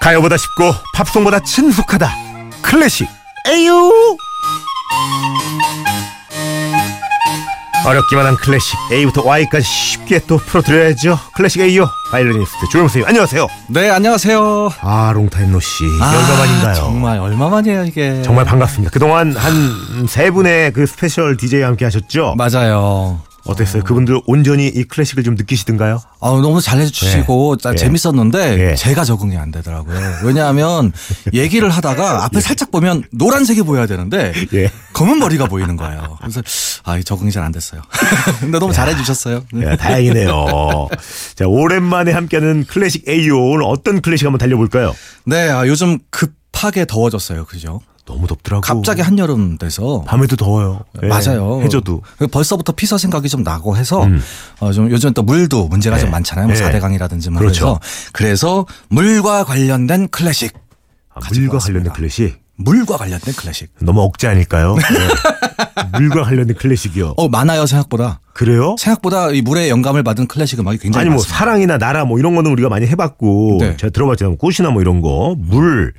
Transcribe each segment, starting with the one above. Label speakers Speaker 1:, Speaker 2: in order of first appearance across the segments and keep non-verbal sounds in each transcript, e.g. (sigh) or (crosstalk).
Speaker 1: 가요보다 쉽고 팝송보다 친숙하다 클래식 에유 어렵기만 한 클래식 A부터 Y까지 쉽게 또 풀어드려야죠 클래식 A요 바이올리니스트 조용 선생님 안녕하세요
Speaker 2: 네, 안녕하세요.
Speaker 1: 아 롱타임 노씨
Speaker 2: 아,
Speaker 1: 열가만인가요
Speaker 2: 정말 얼마만이에요 이게?
Speaker 1: 정말 반갑습니다 그동안 한 세 분의 그 스페셜 DJ와 함께 하셨죠
Speaker 2: 맞아요.
Speaker 1: 어땠어요 그분들 온전히 이 클래식을 좀 느끼시던가요
Speaker 2: 아, 너무 잘해주시고 짜-
Speaker 1: 예.
Speaker 2: 재밌었는데
Speaker 1: 예.
Speaker 2: 제가 적응이 안 되더라고요.
Speaker 1: (laughs)
Speaker 2: 왜냐하면 얘기를 하다가 앞에 살짝 보면 노란색이 보여야 되는데
Speaker 1: 예.
Speaker 2: 검은 머리가 보이는 거예요. 그래서 아, 이 적응이 잘 안 됐어요. (laughs) 근데 너무 잘해주셨어요.
Speaker 1: 야, 예. 다행이네요. 네, 자, 오랜만에 함께하는 클래식 AO. 오늘 어떤 클래식 한번 달려볼까요?
Speaker 2: 네, 아, 요즘 급하게 더워졌어요, 그죠?
Speaker 1: 너무 덥더라고.
Speaker 2: 갑자기 한여름 돼서
Speaker 1: 밤에도 더워요. 예,
Speaker 2: 맞아요. 그
Speaker 1: 해저도. 음.
Speaker 2: 벌써부터 피서 생각이 좀 나고 해서 어, 좀 요즘 또 물도 문제가 좀 많잖아요. 뭐
Speaker 1: 네.
Speaker 2: 4대강이라든지 뭐
Speaker 1: 그렇죠.
Speaker 2: 그래서 그래서 물과 관련된 클래식.
Speaker 1: 아,
Speaker 2: 가지고
Speaker 1: 물과 관련된
Speaker 2: 왔습니다.
Speaker 1: 클래식.
Speaker 2: 물과 관련된 클래식.
Speaker 1: 너무 억지 아닐까요? 네. 물과 관련된 클래식이요.
Speaker 2: 어, 많아요, 생각보다.
Speaker 1: 그래요?
Speaker 2: 생각보다 이 물에 영감을 받은 클래식 음악이 굉장히
Speaker 1: 아니 뭐
Speaker 2: 많습니다.
Speaker 1: 사랑이나 나라 뭐 이런 거는 우리가 많이 해봤고
Speaker 2: 네.
Speaker 1: 제가 들어봤지만 꽃이나 뭐 이런 거, 물.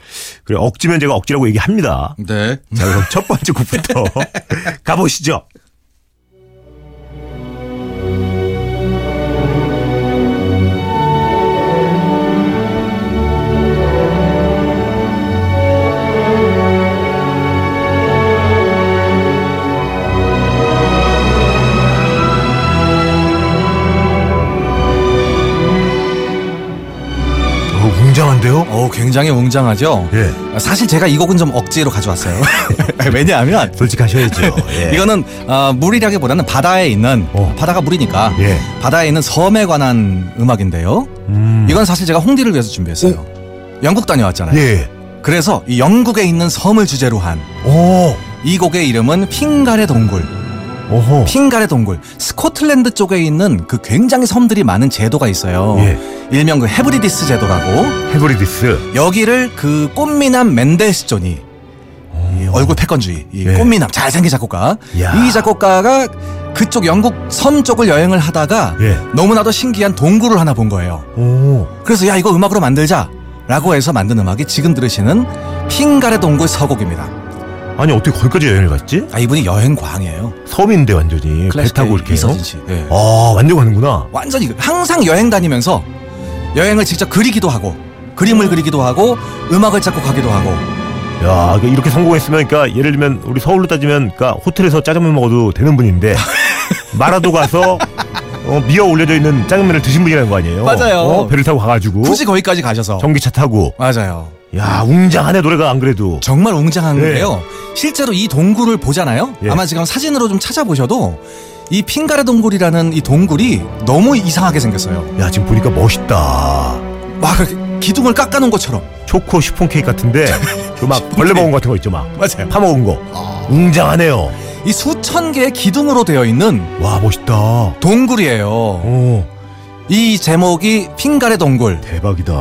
Speaker 1: 그래 억지면 제가 억지라고 얘기합니다.
Speaker 2: 네.
Speaker 1: 자, 그럼 첫 번째 곡부터 (laughs) 가보시죠. 어, 웅장한데요?
Speaker 2: 어, 굉장히 웅장하죠.
Speaker 1: 예.
Speaker 2: 사실 제가 이 곡은 좀 억지로
Speaker 1: (laughs)
Speaker 2: 가져왔어요. 왜냐하면
Speaker 1: 솔직하셔야죠. 예.
Speaker 2: 이거는 어, 물이라기보다는 바다에 있는
Speaker 1: 어.
Speaker 2: 바다가 물이니까
Speaker 1: 예.
Speaker 2: 바다에 있는 섬에 관한 음악인데요.
Speaker 1: 음.
Speaker 2: 이건 사실 제가 홍디를 위해서 준비했어요. 영국 다녀왔잖아요.
Speaker 1: 예.
Speaker 2: 그래서 이 영국에 있는 섬을 주제로 한 이
Speaker 1: 오.
Speaker 2: 곡의 이름은 핑갈의 동굴.
Speaker 1: 오호.
Speaker 2: 핑갈의 동굴. 스코틀랜드 쪽에 있는 그 굉장히 섬들이 많은 제도가 있어요.
Speaker 1: 예.
Speaker 2: 일명 그 헤브리디스 제도라고.
Speaker 1: 헤브리디스.
Speaker 2: 여기를 그 꽃미남 맨델스존이 이 예,
Speaker 1: 어.
Speaker 2: 얼굴 패건주의 이
Speaker 1: 예.
Speaker 2: 꽃미남 잘생긴 작곡가
Speaker 1: 야.
Speaker 2: 이 작곡가가 그쪽 영국 섬 쪽을 여행을 하다가
Speaker 1: 예.
Speaker 2: 너무나도 신기한 동굴을 하나 본 거예요.
Speaker 1: 오.
Speaker 2: 그래서 야 이거 음악으로 만들자라고 해서 만든 음악이 지금 들으시는 핑갈의 동굴 서곡입니다.
Speaker 1: 아니 어떻게 거기까지 여행을 갔지?
Speaker 2: 아 이분이 여행 광이에요.
Speaker 1: 섬인데 완전히 배
Speaker 2: 클래식
Speaker 1: 타고 이렇게.
Speaker 2: 이서진 씨. 예.
Speaker 1: 아 완전 가는구나.
Speaker 2: 완전히 그- 항상 여행 다니면서 여행을 직접 그리기도 하고 그림을 그리기도 하고 음악을 작곡하기도 하고
Speaker 1: 야 그러니까 이렇게 성공했으면 그러니까 예를 들면 우리 서울로 따지면 그러니까 호텔에서 짜장면 먹어도 되는
Speaker 2: (laughs)
Speaker 1: 분인데 마라도 가서 어, 미어 올려져 있는 짜장면을 드신 분이라는 거 아니에요?
Speaker 2: 맞아요.
Speaker 1: 어, 배를 타고 가가지고
Speaker 2: 굳이 거기까지 가셔서
Speaker 1: 전기차 타고.
Speaker 2: 맞아요.
Speaker 1: 야 웅장하네 노래가 안 그래도.
Speaker 2: 정말 웅장한
Speaker 1: 예.
Speaker 2: 건데요. 실제로 이 동굴을 보잖아요.
Speaker 1: 예.
Speaker 2: 아마 지금 사진으로 좀 찾아보셔도 이 핑가레 동굴이라는 이 동굴이 너무 이상하게 생겼어요.
Speaker 1: 야 지금 보니까 멋있다.
Speaker 2: 막 이렇게 기둥을 깎아놓은 것처럼.
Speaker 1: 초코 시폰 케이크
Speaker 2: (laughs)
Speaker 1: 같은데 그 막 벌레 먹은 거 같은 거 있죠 막.
Speaker 2: 맞아요.
Speaker 1: 파먹은 거. 웅장하네요.
Speaker 2: 이 수천 개의 기둥으로 되어 있는
Speaker 1: 와 멋있다. 오
Speaker 2: 동굴이에요. 이 제목이 핑가레 동굴.
Speaker 1: 대박이다.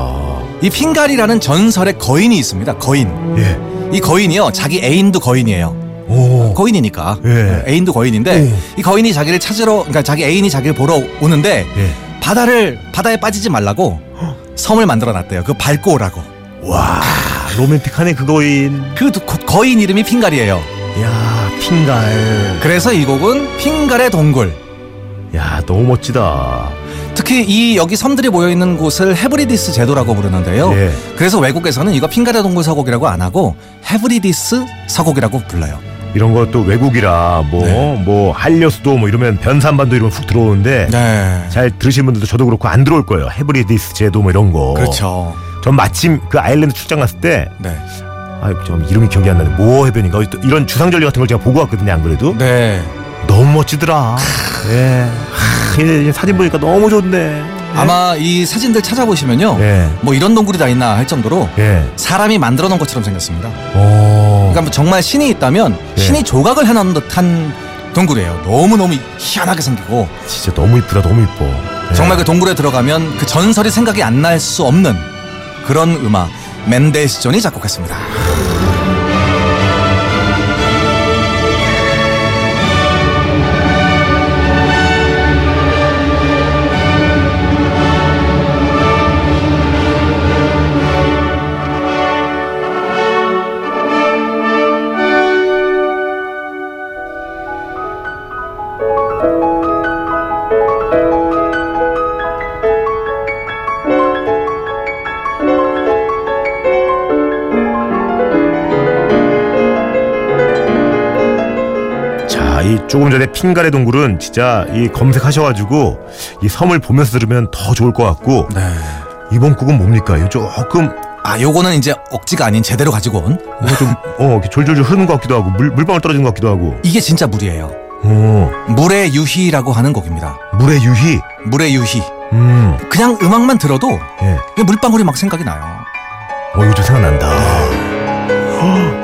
Speaker 2: 이 핑갈이라는 전설의 거인이 있습니다. 거인.
Speaker 1: 예.
Speaker 2: 이 거인이요. 자기 애인도 거인이에요.
Speaker 1: 오.
Speaker 2: 거인이니까.
Speaker 1: 예.
Speaker 2: 애인도 거인인데 이 거인이 자기를 찾으러 그러니까 자기 애인이 자기를 보러 오는데
Speaker 1: 예.
Speaker 2: 바다를 바다에 빠지지 말라고 섬을 만들어 놨대요. 그 밟고 오라고.
Speaker 1: 와 로맨틱하네 그거인.
Speaker 2: 그 두- 거- 거인 이름이 핑갈이에요.
Speaker 1: 야 핑갈.
Speaker 2: 그래서 이 곡은 핑갈의 동굴.
Speaker 1: 야 너무 멋지다.
Speaker 2: 특히 이 여기 섬들이 모여 있는 곳을 헤브리디스 제도라고 부르는데요.
Speaker 1: 예.
Speaker 2: 그래서 외국에서는 이거 핑갈의 동굴 서곡이라고 안 하고 헤브리디스 서곡이라고 불러요.
Speaker 1: 이런 것도 외국이라 뭐 뭐
Speaker 2: 네.
Speaker 1: 한려수도 뭐 이러면 변산반도 이러면 훅 들어오는데.
Speaker 2: 네.
Speaker 1: 잘 들으신 분들도 저도 그렇고 안 들어올 거예요. 헤브리디스 제도 뭐 이런 거.
Speaker 2: 그렇죠.
Speaker 1: 전 마침 그 아일랜드 출장 갔을 때
Speaker 2: 네.
Speaker 1: 아, 좀 이름이 기억이 안 나네. 모 해변인가? 어디 또 이런 주상절리 같은 걸 제가 보고 왔거든요, 안 그래도.
Speaker 2: 네.
Speaker 1: 너무 멋지더라. 예. 하, 예, 사진 보니까 너무 좋네.
Speaker 2: 아마 이 사진들 찾아보시면요.
Speaker 1: 예.
Speaker 2: 뭐 이런 동굴이 다 있나 할 정도로
Speaker 1: 예.
Speaker 2: 사람이 만들어 놓은 것처럼 생겼습니다.
Speaker 1: 오.
Speaker 2: 그러니까 뭐 정말 신이 있다면
Speaker 1: 예.
Speaker 2: 신이 조각을 해놓은 듯한 동굴이에요. 너무 너무 희한하게 생기고
Speaker 1: 진짜 너무 이쁘다, 너무 이뻐. 예.
Speaker 2: 정말 그 동굴에 들어가면 그 전설이 생각이 안 날 수 없는 그런 음악 맨델스존이 작곡했습니다. 그
Speaker 1: 자, 이 조금 전에 핑가래 동굴은 진짜 이 검색하셔가지고 이 섬을 보면서 들으면 더 좋을 것 같고
Speaker 2: 네.
Speaker 1: 이번 곡은 뭡니까? 이거 조금
Speaker 2: 아 요거는 이제 억지가 아닌 제대로 가지고 온
Speaker 1: 뭔가 좀 어, 이렇게 졸졸졸 흐르는 것 같기도 하고 물, 물방울 떨어지는 것 같기도 하고
Speaker 2: 이게 진짜 물이에요.
Speaker 1: 어,
Speaker 2: 물의 유희라고 하는 곡입니다.
Speaker 1: 물의 유희
Speaker 2: 물의 유희.
Speaker 1: 음,
Speaker 2: 그냥 음악만 들어도
Speaker 1: 예,
Speaker 2: 그냥 물방울이 막 생각이 나요.
Speaker 1: 어, 이거 좀 생각난다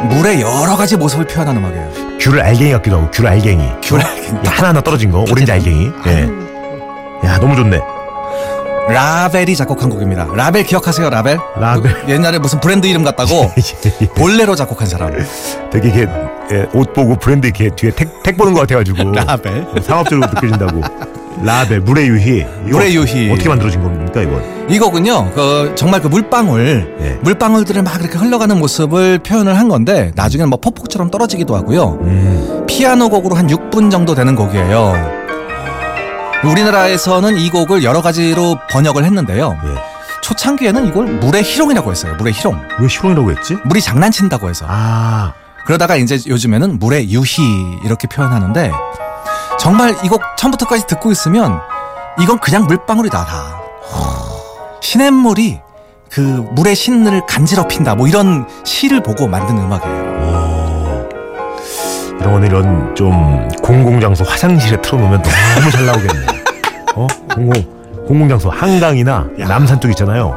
Speaker 2: 물의 여러 가지 모습을 표현한 음악이에요.
Speaker 1: 귤 알갱이 같기도 하고 귤 알갱이 어?
Speaker 2: 귤 아,
Speaker 1: 이 하나하나 떨어진 거 오렌지 알갱이 예. 야 너무 좋네
Speaker 2: 라벨이 작곡한 곡입니다. 라벨 기억하세요, 라벨? 그
Speaker 1: 라벨 예,
Speaker 2: 옛날에 무슨 브랜드
Speaker 1: (laughs)
Speaker 2: 이름 같다고 볼레로 작곡한 사람.
Speaker 1: 되게 이게 예, 옷 보고 브랜드 이렇게 뒤에 택, 택 보는 것 같아가지고
Speaker 2: (laughs)
Speaker 1: 뭐
Speaker 2: 라벨.
Speaker 1: 상업적으로 느껴진다고 라벨 물의 유희 이거
Speaker 2: 물의 유희.
Speaker 1: 어떻게 만들어진 겁니까 이건
Speaker 2: 이 곡은요, 그 정말 그 물방울,
Speaker 1: 예.
Speaker 2: 물방울들을 막 이렇게 흘러가는 모습을 표현을 한 건데 나중에는 뭐 폭폭처럼 떨어지기도 하고요.
Speaker 1: 음,
Speaker 2: 피아노 곡으로 한 6분 정도 되는 곡이에요. 우리나라에서는 이 곡을 여러 가지로 번역을 했는데요.
Speaker 1: 예.
Speaker 2: 초창기에는 이걸 물의 희롱이라고 했어요. 물의 희롱.
Speaker 1: 왜 실용이라고 했지?
Speaker 2: 물이 장난친다고 해서.
Speaker 1: 아
Speaker 2: 그러다가 이제 요즘에는 물의 유희 이렇게 표현하는데 정말 이 곡 처음부터까지 듣고 있으면 이건 그냥 물방울이다 다. 시냇물이 그 물의 신을 간지럽힌다 뭐 이런 시를 보고 만든 음악이에요.
Speaker 1: 어, 이런 거는 이런 좀 공공장소 화장실에 틀어놓으면 너무 잘 나오겠네. 어? 공공, 공공장소 한강이나 남산 쪽 있잖아요.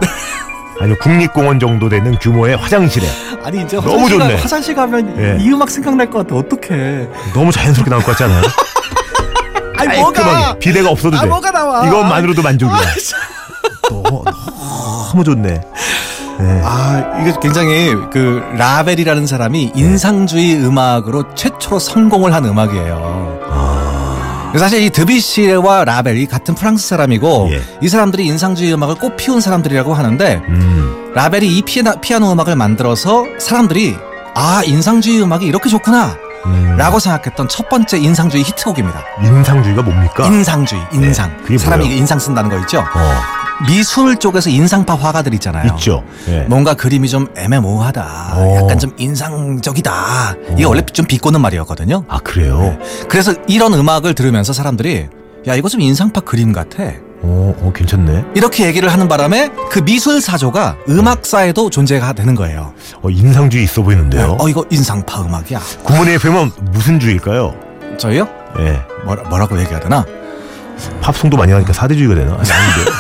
Speaker 1: 아니 국립공원 정도 되는 규모의 화장실에
Speaker 2: 아니 이제
Speaker 1: 너무 화장실 좋네. 가-
Speaker 2: 화장실 가면
Speaker 1: 예.
Speaker 2: 이 음악 생각날 것 같아. 어떡해.
Speaker 1: 너무 자연스럽게 나올 것 같지 않아요?
Speaker 2: 아니
Speaker 1: 깔끔하게. 비대가 아, 없어도 돼.
Speaker 2: 나와. 아,
Speaker 1: 이것만으로도 만족이야. 너무, 너무 좋네. 네.
Speaker 2: 아, 이게 굉장히 그 라벨이라는 사람이 인상주의 음악으로 최초로 성공을 한 음악이에요.
Speaker 1: 아,
Speaker 2: 사실 이 드비시와 라벨이 같은 프랑스 사람이고
Speaker 1: 예.
Speaker 2: 이 사람들이 인상주의 음악을 꽃피운 사람들이라고 하는데
Speaker 1: 음,
Speaker 2: 라벨이 이 피아노, 피아노 음악을 만들어서 사람들이 아 인상주의 음악이 이렇게 좋구나
Speaker 1: 음.
Speaker 2: 라고 생각했던 첫 번째 인상주의 히트곡입니다
Speaker 1: 인상주의가 뭡니까?
Speaker 2: 인상주의 인상
Speaker 1: 아. 네, 그게
Speaker 2: 사람이
Speaker 1: 뭐예요?
Speaker 2: 인상 쓴다는 거 있죠
Speaker 1: 어,
Speaker 2: 미술 쪽에서 인상파 화가들 있잖아요
Speaker 1: 있죠. 예.
Speaker 2: 네. 뭔가 그림이 좀 애매모호하다.
Speaker 1: 오.
Speaker 2: 약간 좀 인상적이다. 이게
Speaker 1: 오.
Speaker 2: 원래 좀 비꼬는 말이었거든요.
Speaker 1: 아 그래요?
Speaker 2: 네. 그래서 이런 음악을 들으면서 사람들이 야 이거 좀 인상파 그림 같아.
Speaker 1: 어, 어, 괜찮네.
Speaker 2: 이렇게 얘기를 하는 바람에 그 미술 사조가 음악사에도 존재가 되는 거예요.
Speaker 1: 어, 인상주의 있어 보이는데요.
Speaker 2: 어 이거 인상파 음악이야.
Speaker 1: 구몬의 FM은 무슨 주의일까요?
Speaker 2: 저희요?
Speaker 1: 예.
Speaker 2: 뭐라, 고 얘기해야 되나? 아,
Speaker 1: 팝송도 많이 하니까 사대주의가 되나? 아니, 아닌데.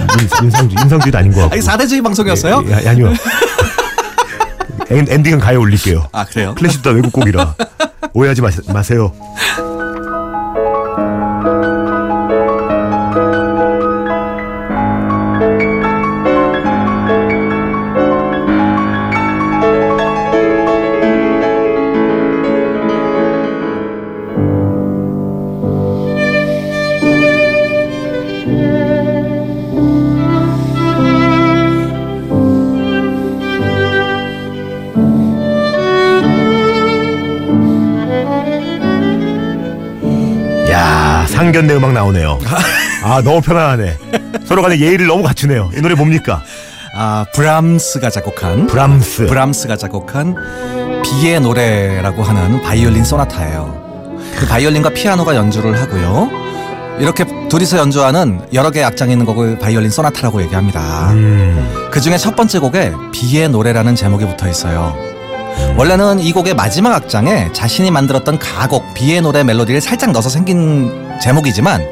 Speaker 1: 인- 인상주의, 인상주의도 아닌 것 같고.
Speaker 2: 아, 이게 4대주의 방송이었어요?
Speaker 1: 음. 예, 예, 아니요. 엔, 엔딩은 가요 올릴게요.
Speaker 2: 아 그래요?
Speaker 1: 클래식도 다 외국 곡이라. 오해하지 마시, 마세요. 야 상견례 음악 나오네요. 아, 너무 편안하네. 서로 간에 예의를 너무 갖추네요. 이 노래 뭡니까?
Speaker 2: 아 브람스가 작곡한
Speaker 1: 브람스.
Speaker 2: 브람스가 작곡한 비의 노래라고 하는 바이올린 소나타예요. 그 바이올린과 피아노가 연주를 하고요. 이렇게 둘이서 연주하는 여러 개의 악장이 있는 곡을 바이올린 소나타라고 얘기합니다.
Speaker 1: 음,
Speaker 2: 그 중에 첫 번째 곡에 비의 노래라는 제목이 붙어 있어요. 원래는 이 곡의 마지막 악장에 자신이 만들었던 가곡 비의 노래 멜로디를 살짝 넣어서 생긴 제목이지만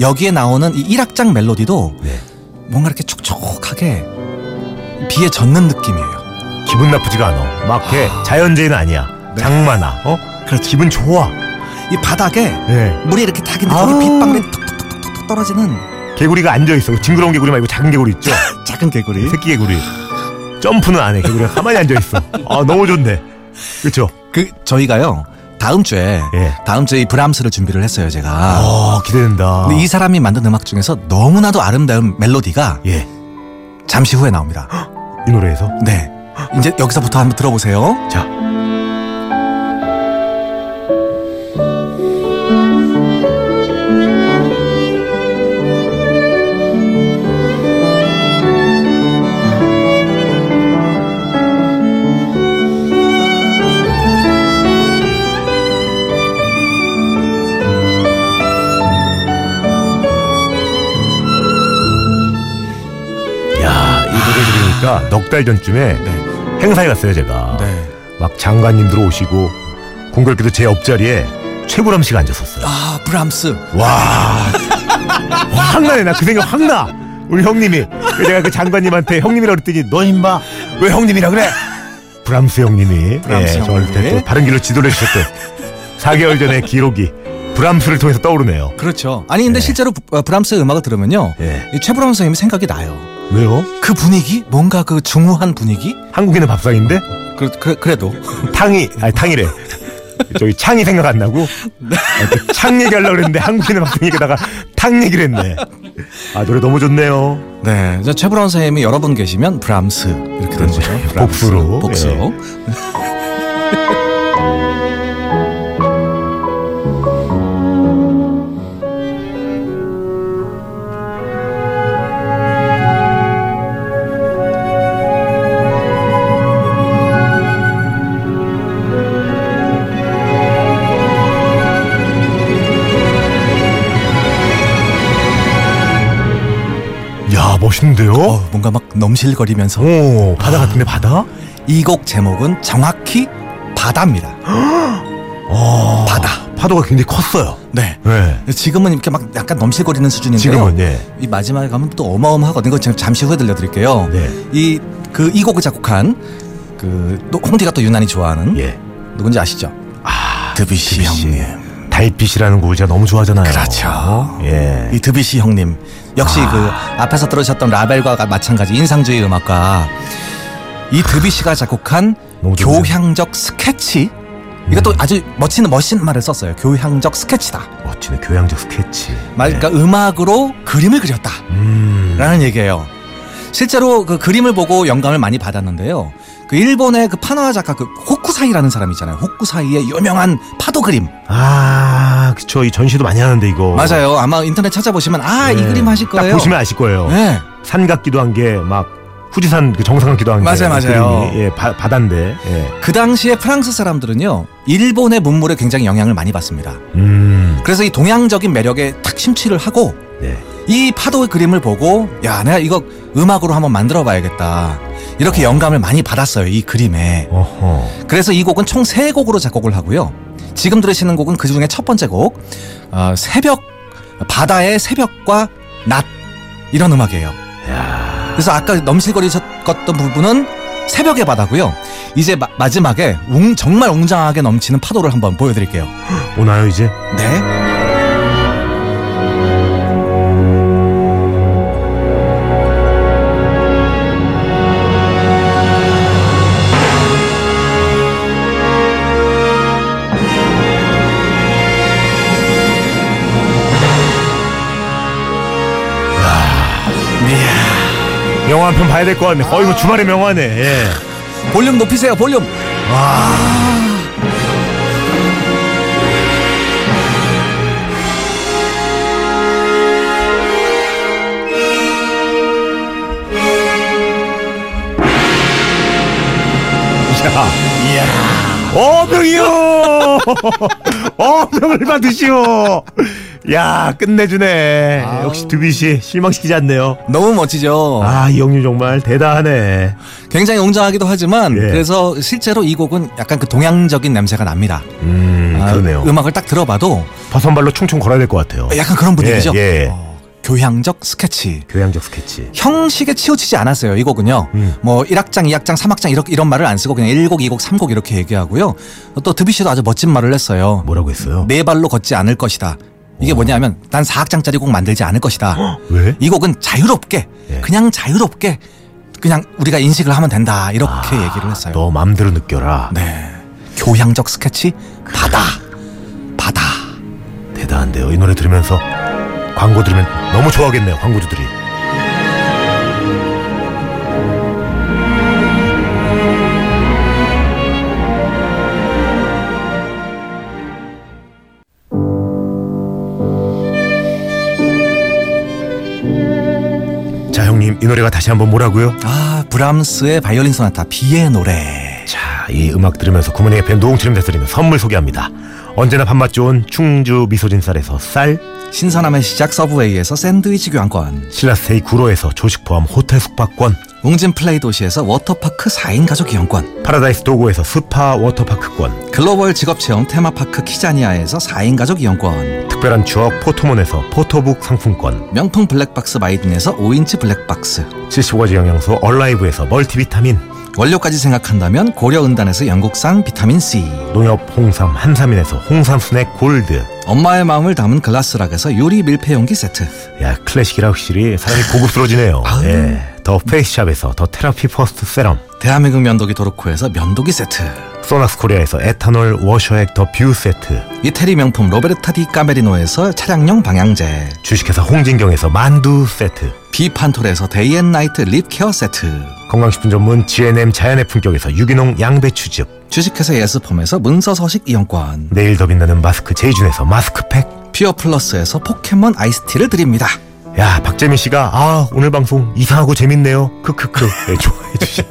Speaker 2: 여기에 나오는 이 1악장 멜로디도
Speaker 1: 네.
Speaker 2: 뭔가 이렇게 촉촉하게 비에 젖는 느낌이에요.
Speaker 1: 기분 나쁘지가 않아. 막 이렇게 자연재해는 아니야.
Speaker 2: 네. 그렇죠.
Speaker 1: 장마나, 어? 그래, 기분 좋아.
Speaker 2: 이 바닥에
Speaker 1: 예.
Speaker 2: 물이 이렇게 탁 있는데
Speaker 1: 아우.
Speaker 2: 거기 빗방울이 툭툭툭툭 떨어지는 그
Speaker 1: 개구리가 앉아 있어. 징그러운 개구리 말고 작은 개구리
Speaker 2: (laughs)
Speaker 1: 있죠?
Speaker 2: 작은 개구리.
Speaker 1: 새끼 개구리. 점프는 안 해. 개구리가 가만히 앉아 있어. 아 너무 좋네. 그렇죠.
Speaker 2: 그 저희가요 다음 주에
Speaker 1: 예.
Speaker 2: 다음 주에 이 브람스를 준비를 했어요 제가.
Speaker 1: 아 기대된다.
Speaker 2: 근데 이 사람이 만든 음악 중에서 너무나도 아름다운 멜로디가
Speaker 1: 예.
Speaker 2: 잠시 후에 나옵니다.
Speaker 1: 이 노래에서
Speaker 2: 네. 이제 여기서부터 한번 들어보세요.
Speaker 1: 자. 넉 달 전쯤에
Speaker 2: 네.
Speaker 1: 행사에 갔어요 제가.
Speaker 2: 네.
Speaker 1: 막 장관님들 오시고 공교롭게도 제 옆자리에 최불암 씨가 앉았었어요.
Speaker 2: 아 브람스.
Speaker 1: 와 (laughs) 황나네 나 그 생각 황나 우리 형님이 그래서 내가 그 장관님한테 형님이라 그랬더니 너 임마 왜 형님이라 그래 브람스 형님이
Speaker 2: 브람스
Speaker 1: 예, 저한테
Speaker 2: 형님이.
Speaker 1: 또 바른 길로 지도를 해주셨던 4개월 전의 기록이 브람스를 통해서 떠오르네요
Speaker 2: 그렇죠. 아니 근데 실제로 브- 어, 브람스 음악을 들으면요.
Speaker 1: 예.
Speaker 2: 이 최불암 선생님이 생각이 나요.
Speaker 1: 왜요?
Speaker 2: 그 분위기? 뭔가 그 중후한 분위기?
Speaker 1: 한국인은 밥상인데
Speaker 2: 그, 그, 그래도
Speaker 1: 탕이 아니 탕이래 저기 창이 생각 안 나고 아, 그창 얘기하려고 그랬는데 한국인은 밥상 얘기다가 탕 얘기를 했네 아 노래 너무 좋네요
Speaker 2: 네, 저 최불암 선생님이 여러 분 계시면 브람스 이렇게 되는
Speaker 1: 그렇죠.
Speaker 2: 거죠.
Speaker 1: 복수로. 네.
Speaker 2: 복수.
Speaker 1: 야 멋있는데요?
Speaker 2: 어, 뭔가 막 넘실거리면서
Speaker 1: 오 바다 같은데 바다?
Speaker 2: 이 곡 제목은 정확히 바다입니다.
Speaker 1: 어,
Speaker 2: 바다.
Speaker 1: 파도가 굉장히 컸어요.
Speaker 2: 네.
Speaker 1: 네.
Speaker 2: 지금은 이렇게 막 약간 넘실거리는 수준인데요.
Speaker 1: 지금은 예.
Speaker 2: 이 마지막에 가면 또 어마어마하거든요. 이거 지금 잠시 후에 들려드릴게요.
Speaker 1: 네.
Speaker 2: 이 그 이 곡을 작곡한 그 또 홍디가 또 유난히 좋아하는
Speaker 1: 예.
Speaker 2: 누군지 아시죠?
Speaker 1: 아,
Speaker 2: 드뷔시 형님.
Speaker 1: 달빛이라는 곡을 제가 너무 좋아하잖아요.
Speaker 2: 그렇죠.
Speaker 1: 예. 아.
Speaker 2: 이 드뷔시 형님 역시 그 앞에서 들으셨던 라벨과 마찬가지 인상주의 음악과 이 드뷔시가 작곡한
Speaker 1: 너무 좋네요.
Speaker 2: 교향적 스케치 이것도
Speaker 1: 음.
Speaker 2: 아주 멋진 멋진 말을 썼어요. 교향적 스케치다.
Speaker 1: 멋지네. 교양적 스케치.
Speaker 2: 말
Speaker 1: 예.
Speaker 2: 그러니까 음악으로 그림을 그렸다.
Speaker 1: 음.
Speaker 2: 라는 얘기예요. 실제로 그 그림을 보고 영감을 많이 받았는데요. 그 일본의 그 판화 작가 그 호쿠사이라는 사람 있잖아요. 호쿠사이의 유명한 파도 그림.
Speaker 1: 아, 그쵸. 이 전시도 많이 하는데 이거.
Speaker 2: 맞아요. 아마 인터넷 찾아보시면 아 이
Speaker 1: 예.
Speaker 2: 그림 하실 거예요.
Speaker 1: 어. 딱 보시면 아실 거예요.
Speaker 2: 네.
Speaker 1: 산 같기도 한 게, 막, 후지산 그 정상 같기도 한 게.
Speaker 2: 맞아요, 맞아요.
Speaker 1: 그림이, 예, 바, 바다인데. 예.
Speaker 2: 그 당시에 프랑스 사람들은요. 일본의 문물에 굉장히 영향을 많이 받습니다.
Speaker 1: 음.
Speaker 2: 그래서 이 동양적인 매력에 탁 심취를 하고
Speaker 1: 네.
Speaker 2: 이 파도의 그림을 보고 야 내가 이거 음악으로 한번 만들어 봐야겠다. 이렇게 영감을 많이 받았어요. 이 그림에.
Speaker 1: 어허.
Speaker 2: 그래서 이 곡은 총 세곡으로 작곡을 하고요. 지금 들으시는 곡은 그 중에 첫 번째 곡, 어, 새벽, 바다의 새벽과 낮, 이런 음악이에요.
Speaker 1: 야
Speaker 2: 그래서 아까 넘실거리셨던 부분은 새벽의 바다고요. 이제 마, 마지막에 웅, 정말 웅장하게 넘치는 파도를 한번 보여드릴게요.
Speaker 1: 오나요, 이제?
Speaker 2: 네.
Speaker 1: 영화 한 편 봐야 될 것 같네. 거의 뭐 주말에 명화네. 예.
Speaker 2: 볼륨 높이세요, 볼륨.
Speaker 1: 야. 어명이요! (laughs) 어명을 받으시오! 야, 끝내주네. 역시 두비씨, 실망시키지 않네요.
Speaker 2: 너무 멋지죠?
Speaker 1: 아, 이 형님 정말 대단하네.
Speaker 2: 굉장히 웅장하기도 하지만
Speaker 1: 예.
Speaker 2: 그래서 실제로 이 곡은 약간 그 동양적인 냄새가 납니다.
Speaker 1: 음,
Speaker 2: 아,
Speaker 1: 그러네요.
Speaker 2: 음악을 딱 들어봐도
Speaker 1: 버선발로 총총 걸어야 될 것 같아요.
Speaker 2: 약간 그런 분위기죠.
Speaker 1: 예, 예.
Speaker 2: 어, 교향적 스케치.
Speaker 1: 교양적 스케치.
Speaker 2: 형식에 치우치지 않았어요. 이 곡은요.
Speaker 1: 음.
Speaker 2: 뭐 1악장, 2악장, 3악장 이렇게 이런 말을 안 쓰고 그냥 1곡, 2곡, 3곡 이렇게 얘기하고요. 또 드뷔시도 아주 멋진 말을 했어요.
Speaker 1: 뭐라고 했어요?
Speaker 2: 네 발로 걷지 않을 것이다. 이게 뭐냐면 난 4악장짜리 곡 만들지 않을 것이다.
Speaker 1: 왜?
Speaker 2: 이 곡은 자유롭게
Speaker 1: 예.
Speaker 2: 그냥 자유롭게 그냥 우리가 인식을 하면 된다. 이렇게 얘기를
Speaker 1: 아,
Speaker 2: 했어요.
Speaker 1: 너 마음대로 느껴라.
Speaker 2: 네. 교향적 스케치 바다. 바다.
Speaker 1: 대단한데요. 이 노래 들으면서 광고 들으면 너무 좋아하겠네요. 광고주들이. 자 형님 이 노래가 다시 한번 뭐라고요?
Speaker 2: 아, 브람스의 바이올린 소나타 비의 노래.
Speaker 1: 자, 이 음악 들으면서 구문의 FM 노홍철임 대설이는 선물 소개합니다. 언제나 밥맛 좋은 충주 미소진 쌀에서 쌀,
Speaker 2: 신선함의 시작 서브웨이에서 샌드위치 교환권.
Speaker 1: 신라스테이 구로에서 조식 포함 호텔 숙박권,
Speaker 2: 웅진 플레이 도시에서 워터파크 4인 가족 이용권,
Speaker 1: 파라다이스 도고에서 스파 워터파크권,
Speaker 2: 글로벌 직업체험 테마파크 키자니아에서 4인 가족 이용권,
Speaker 1: 특별한 추억 포토몬에서 포토북 상품권,
Speaker 2: 명품 블랙박스 마이딘에서 5인치 블랙박스,
Speaker 1: 75가지 영양소 얼라이브에서 멀티비타민,
Speaker 2: 원료까지 생각한다면 고려은단에서 영국산 비타민C,
Speaker 1: 농협 홍삼 한삼인에서 홍삼 스낵 골드.
Speaker 2: 엄마의 마음을 담은 글라스락에서 유리 밀폐용기 세트,
Speaker 1: 야 클래식이라 확실히 사람이 고급스러워지네요.
Speaker 2: 아우.
Speaker 1: 예. 더 페이스샵에서 더 테라피 퍼스트 세럼,
Speaker 2: 대한민국 면도기 도로코에서 면도기 세트,
Speaker 1: 소낙스 코리아에서 에탄올 워셔액 더 뷰 세트,
Speaker 2: 이태리 명품 로베르타 디 까메리노에서 차량용 방향제,
Speaker 1: 주식회사 홍진경에서 만두 세트,
Speaker 2: 비판톨에서 데이앤나이트 립케어 세트,
Speaker 1: 건강식품 전문 GNM 자연의 품격에서 유기농 양배추즙,
Speaker 2: 주식회사 예스폼에서 문서 서식 이용권,
Speaker 1: 내일 더 빛나는 마스크 제이준에서 마스크팩.
Speaker 2: 피어 플러스에서 포켓몬 아이스티를 드립니다.
Speaker 1: 야 박재민 씨가 아 오늘 방송 이상하고 재밌네요.
Speaker 2: (laughs)
Speaker 1: 크크크. 네, 좋아해 주시.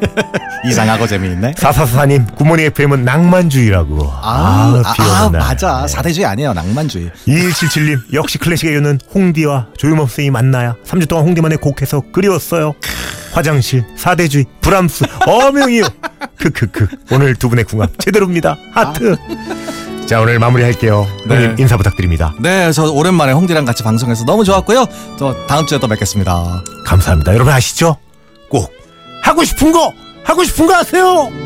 Speaker 2: 이상하고 재미있네.
Speaker 1: 사사사님 굿모닝 FM은 낭만주의라고.
Speaker 2: 아, 아, 아,
Speaker 1: 비오는 날. 네.
Speaker 2: 맞아. 사대주의 아니에요. 낭만주의.
Speaker 1: 2177님 역시 클래식의 유는 홍디와 조유범 쌤이 만나야 3주 동안 홍디만의 곡해서 그리웠어요 화장실 사대주의 브람스 어명이요 크크크 오늘 두 분의 궁합 제대로입니다 하트 자 오늘 마무리할게요
Speaker 2: 네.
Speaker 1: 형님 인사 부탁드립니다
Speaker 2: 네, 저 오랜만에 홍디랑 같이 방송해서 너무 좋았고요. 저 다음 주에 또 뵙겠습니다.
Speaker 1: 감사합니다 여러분 아시죠 꼭 하고 싶은 거 하고 싶은 거 하세요.